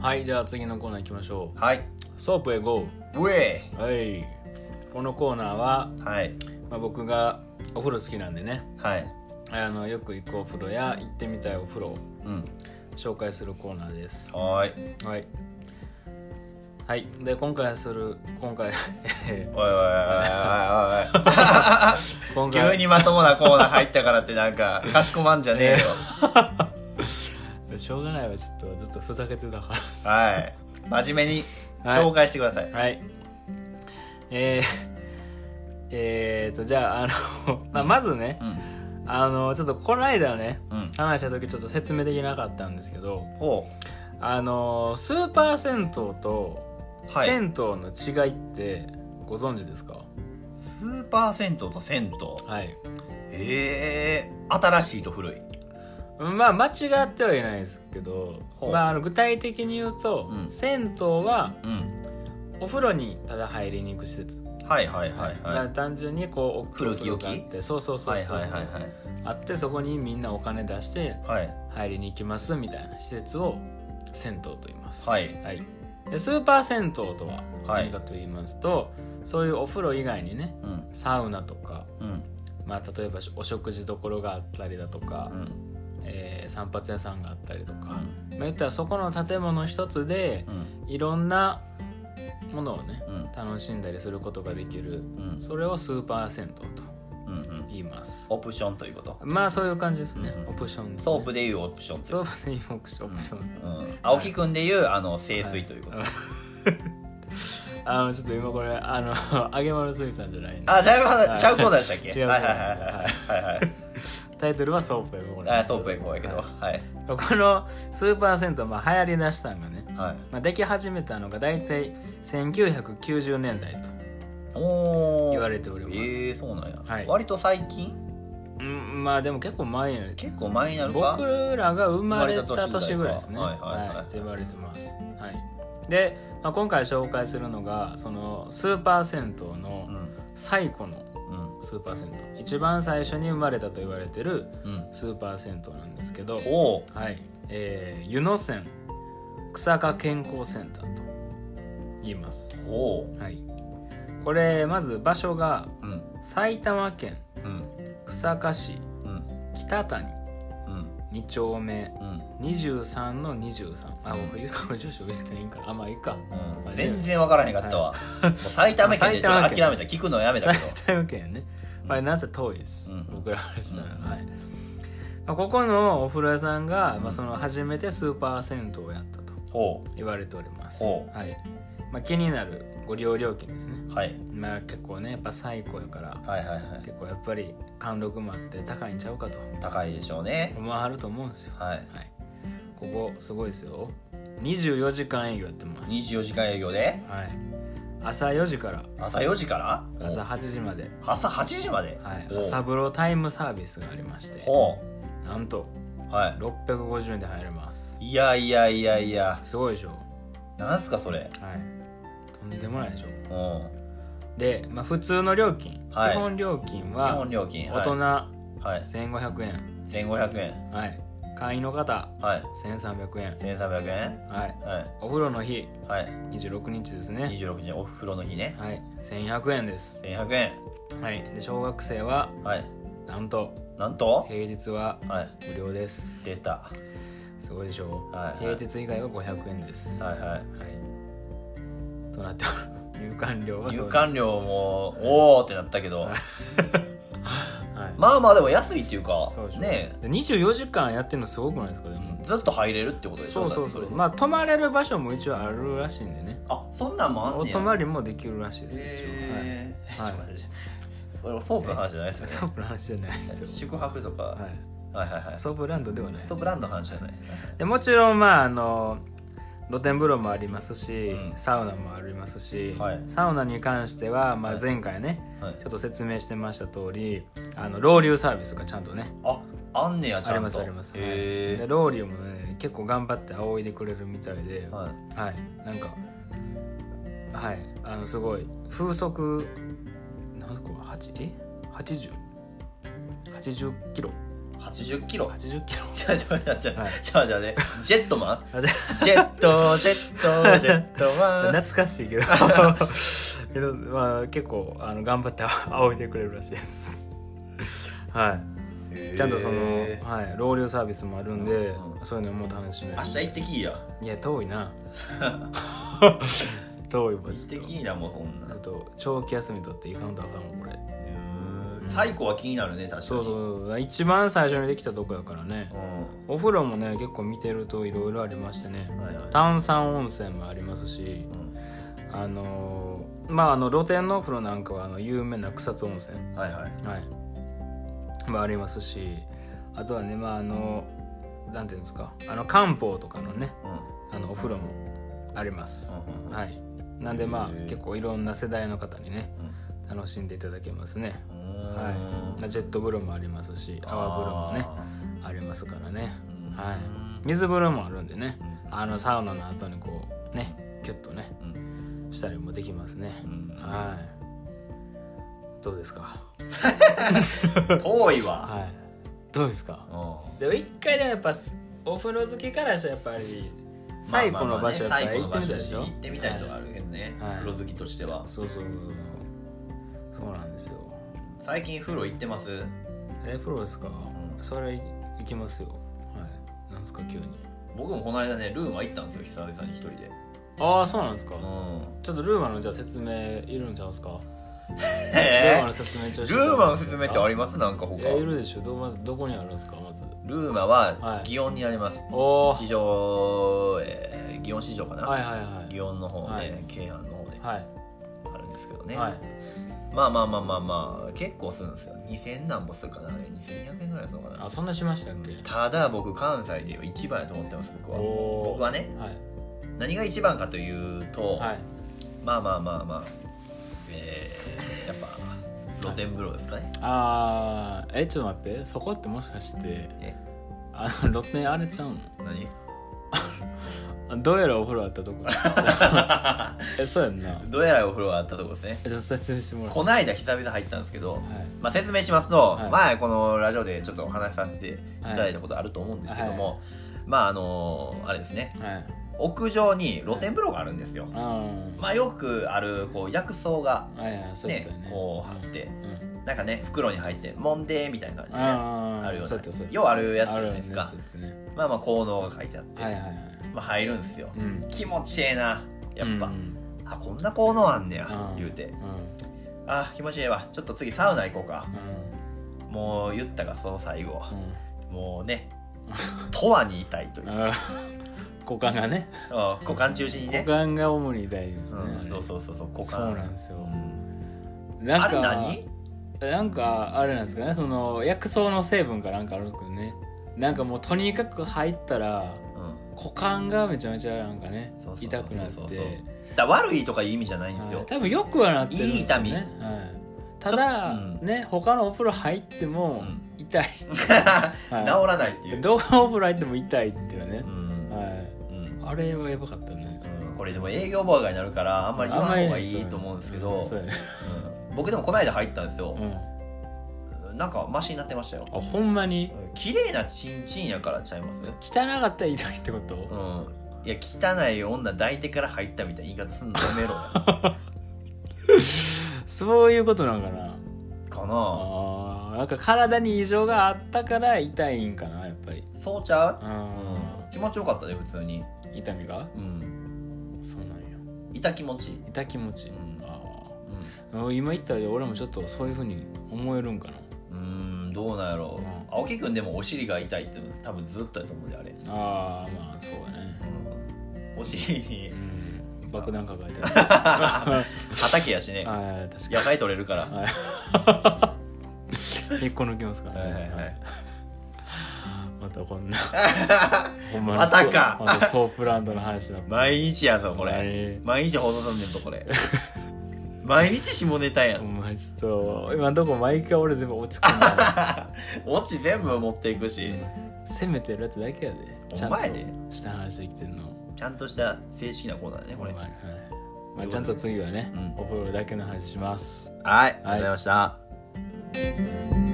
はいじゃあ次のコーナー行きましょうはいソープへ GO ウェはいこのコーナーは、イはいまあ、僕がお風呂好きなんでねはいあのよく行くお風呂や行ってみたいお風呂をうん紹介するコーナーですはーいはいはいで今回する今回 おいおいおいおいおい今おい急にまともなコーナー入ったからってなんかかしこまんじゃねえよしょうがないわちょっとずっとふざけてたかはい真面目にはい紹介してくださいらはいえー、えー、とじゃああの、まあ、まずねうんあのちょっとこの間ねうん話した時ちょっと説明できなかったんですけどほあのスーパー銭湯とはい銭湯の違いってご存知ですかうスーパー銭湯と銭湯はいええ新しいと古いまあ間違ってはいないですけど、ほうまあ、あの具体的に言うと、うん銭湯はうんお風呂にただ入りに行く施設、はいはいはいだかはらい単純にこう大きいお風呂があってそうそうそうはそ、いうはいはいはいあってそこにみんなお金出してはい入りに行きますみたいな施設を銭湯と言います、はいはい、でスーパー銭湯とはは何いかと言いますと、そういうお風呂以外にねうんサウナとか、うんまあ、例えばお食事どころがあったりだとか、うんえー散髪屋さんがあったりとか、まあ、言ったらそこの建物一つでうんいろんなものをねうん楽しんだりすることができるうんそれをスーパー銭湯とうんうん言いますオプションということまあそういう感じですね、うんオプションです、ね、ソープでいうオプションソープでオプションオプション、うん、青木くんでいうあの清水ということ、はいあのちょっと今これあの 揚げ物水産じゃないんであちゃうはい話ちゃうコーナーでしたっけ違うコーナはいーはいはいはいはいタイトルはソープへはいあソープへ行こうやけどははいこのスーパー銭湯、まあ、流行りだしたのがね、はいまあ、でき始めたのが大体1990年代とおお言われておりますえー、そうなんや、はい割と最近うんまあでも結構前になる結構前になるか僕らが生まれた年ぐらいですね生まれた年ぐらいかはいはいはいはいって言われてます、はい、で、まあ、今回紹介するのがそのスーパー銭湯うのん最古のうんスーパー銭湯一番最初に生まれたと言われてるうんスーパー銭湯なんですけどおおはいえー湯野線草加健康センターと言いますおおはいこれまず場所がうん埼玉県うん草加市うん北谷うん2丁目うん23の23あもうこれこれ住所言ってないんからあまあいいかうん全然わからへんかったわ、もう埼玉県でちょっと諦めた聞くのやめたけど埼玉県ねまあなんせ遠いです、うん僕らからしたら、うんはい、まあ、ここのお風呂屋さんが、まうあ、んその初めてスーパー銭湯をやったとほ言われております、ほうはいまあ、気になるご利用料金ですねうはいまあ結構ねやっぱ最高やからはいはいはい結構やっぱり貫禄もあって高いんちゃうかと高いでしょうね思わはると思うんですよはいはいここすごいですよ24時間営業やってます24時間営業ではい、朝4時から朝4時から朝8時まで、朝8時まで、はい、おう朝風呂タイムサービスがありましておなんとうは650円で入れますいいやいやいやいやすごいでしょなんすかそれはいとんでもないでしょうんで、まあ、普通の料金、はい基本料金基は本料金大人はい、はい、 1500円、 1500円はい、会員の方はい1300円、 1300円はい、はお風呂の日いはい26日ですね、 26時お風呂の日ねはい、1100円です、 1100円はい、で小学生ははいなんとなんと平日ははい無料です出たすごいでしょう、はいはい平日以外は500円です、はいはいはいとなっておる 入館料は入そう館料もおおってなったけどはい、まあまあでも安いっていうかそうでしょねで24時間やってるのすごくないですかでもえずっと入れるってことでしそょうそうそうだってれまあ泊まれる場所も一応あるらしいんでねあそんなんもあんおね泊やまりもできるらしいです一応、えーはい ちょっと待ってそれはソープの話じゃなはいい、です ソーねプの話じゃないですよ、宿泊とか、は、はいい、はいはいソソープランドではないですープランドの話じゃないでもちろんまああの露天風呂もありますし、うんサウナもありますし、はいサウナに関しては、まあ、はい前回ね、はいちょっと説明してました通りあのロウリュサービスがちゃんとねああんねやちあゃりんますとあります、はいへでえロウリュもね結構頑張って仰いでくれるみたいでは、はいなんかはいあのすごい風速なんすかこれ8え8080キロい 80キロ80キロちゃうちゃうちゃうちゃうはいちゃうちゃうねジェットマ ンあじゃジェットジェットジェットあ マン懐かしいけどけど、まあ、結構あの頑張って仰いでくれるらしいです はへいーちゃんとその、はい、老流サービスもあるんで、うんうんそういうのも楽しめる明日行ってきいやいや遠い な遠いわ行っちてょっときいなもうそんちょなっと長期休み取っていかんとあかんわこれうーん最後は気になるね確かにそうそうそう一番最初にできたとこやからねうんお風呂もね結構見てるといろいろありましてねはいはい炭酸温泉もありますしうんあのーまああの露天のお風呂なんかはあの有名な草津温泉はいはいはいもありますしあとはねまああのなんていうんですかあの漢方とかのねうんあのお風呂もあります、うんうんうんはいなんでまあへえ結構いろんな世代の方にね楽しんでいただけますねうーんはいまあ、ジェット風呂もありますし泡風呂もねありますからねあーはうんい水風呂もあるんでねうあのサウナの後にこうねキュッとねうんしたりもできますねうんはいどうですか遠いわはいどうですかうんでも一回でもやっぱお風呂好きからしたらやっぱり最古の場所やっまぱあまあまあねり行ってみたいでし最ょ古の場所行ってみたいとかあるけどねはい風呂好きとしてはそうそうそうそうなんですよ最近風呂行ってますえ風呂ですかんそれ行きますよはいなんですか急に僕もこの間ねルーマ行ったんですよ久々に一人でああそうなんですか うんちょっとルーマのじゃあ説明いるんちゃうんすか、ルーえマの説明ちょーっとルーマの説明ってありますなんか他いやいるでしょど,、ま、どこにあるんですかまずルーマははい祇園になりますおお市場えー祇園市場かはいなはいはい祇園の方はいね京阪の方ではあるんですけどいねはいまあまあまあまあまあ結構するんですよ2000何本するかなあれ2200円ぐらいするのかなあそんなしましたっけただ僕関西で一番やと思ってます僕はおー僕はねはい何が一番かというと、はいまあまあまあまあえー、やっぱ露天風呂ですかね、あーえちょっと待ってそこってもしかしてえあの露天あれちゃうの何あどうやらお風呂あったと こえそうやんなどうやらお風呂があったとこですねえちょっと説明してもらおこうの間久々入ったんですけど、はいまあ、説明しますと、はい前このラジオでちょっとお話しさせていただいたことあると思うんですけども、まああのあれですねはい屋上に露天風呂があるんですよ、うんまあよくあるこう薬草がはいはいそうやったよねねこう貼ってうんうんなんかね袋に入ってもんでみたいな感じでねあーあるようそうなやったそうやったようあるやつじゃあるよないねですかそうやったねまあまあ効能が書いてあって、はいはいはいまあ入るんですよ、うん気持ちええなやっぱ、うんうんあこんな効能あんねやん言うてんあ気持ちええわちょっと次サウナ行こうかうんもう言ったがその最後うんもう ね永遠にいたいという、うんあー 股間がね股間中心にね股間が主に大事ですねうん、そうそうそうそう股間そうなんですようんなあんれか何なんかあれなんですかねその薬草の成分かなんかあるんですけどねなんかもうとにかく入ったらうん股間がめちゃめちゃなんかねそうそうそう痛くなっそうそうてそうだ悪いとかいう意味じゃないんですよ、はい多分よくはなってるんですよねいい痛みはいただ、うんね他のお風呂入ってもうん痛 い、はい治らないっていう、どこのお風呂入っても痛いっていうねう、んはいうんあれはやばかったねうんこれでも営業妨害になるからあんまり言わない方がいいと思うんですけど、そうやねうん僕でもこの間入ったんですよう、んあなんかマシになってましたよほんまにうん綺麗なチンチンやからちゃいます汚かったら痛いってこと、うんいや汚い女抱いてから入ったみたいな言い方すんのやめ ろそういうことなんかなかなあーなんか体に異常があったから痛いんかなやっぱりそうちゃうう、んうん、気持ちよかったね普通に、痛みがうん、そうなんや痛気持ちいい、痛気持ちいい、うんあー今言ったら俺もちょっとそういうふうに思えるんかなうん、うんどうなんやろう、うん青木くんでもお尻が痛いって多分ずっとやと思うであれ、ああまあそうだねうん、お尻にうん爆弾抱え てるあ畑やしねあ確か野菜取れるからにはい 一個抜きますからねはいはいはいまたこん なほんまさかまたソープランドの話だ毎日やぞこれれ毎日放送すんねんぞこれ 毎日下ネタやおん前ちょっと今のとこ毎回俺全部落ち込んだオチ全部持っていくし攻めてるやつだけやでちゃんおと前でした話できてんのちゃんとした正式なコーナーだねこおれ前はいまあ、ちゃんと次はね、うんお風呂だけの話しますはいありがとうございました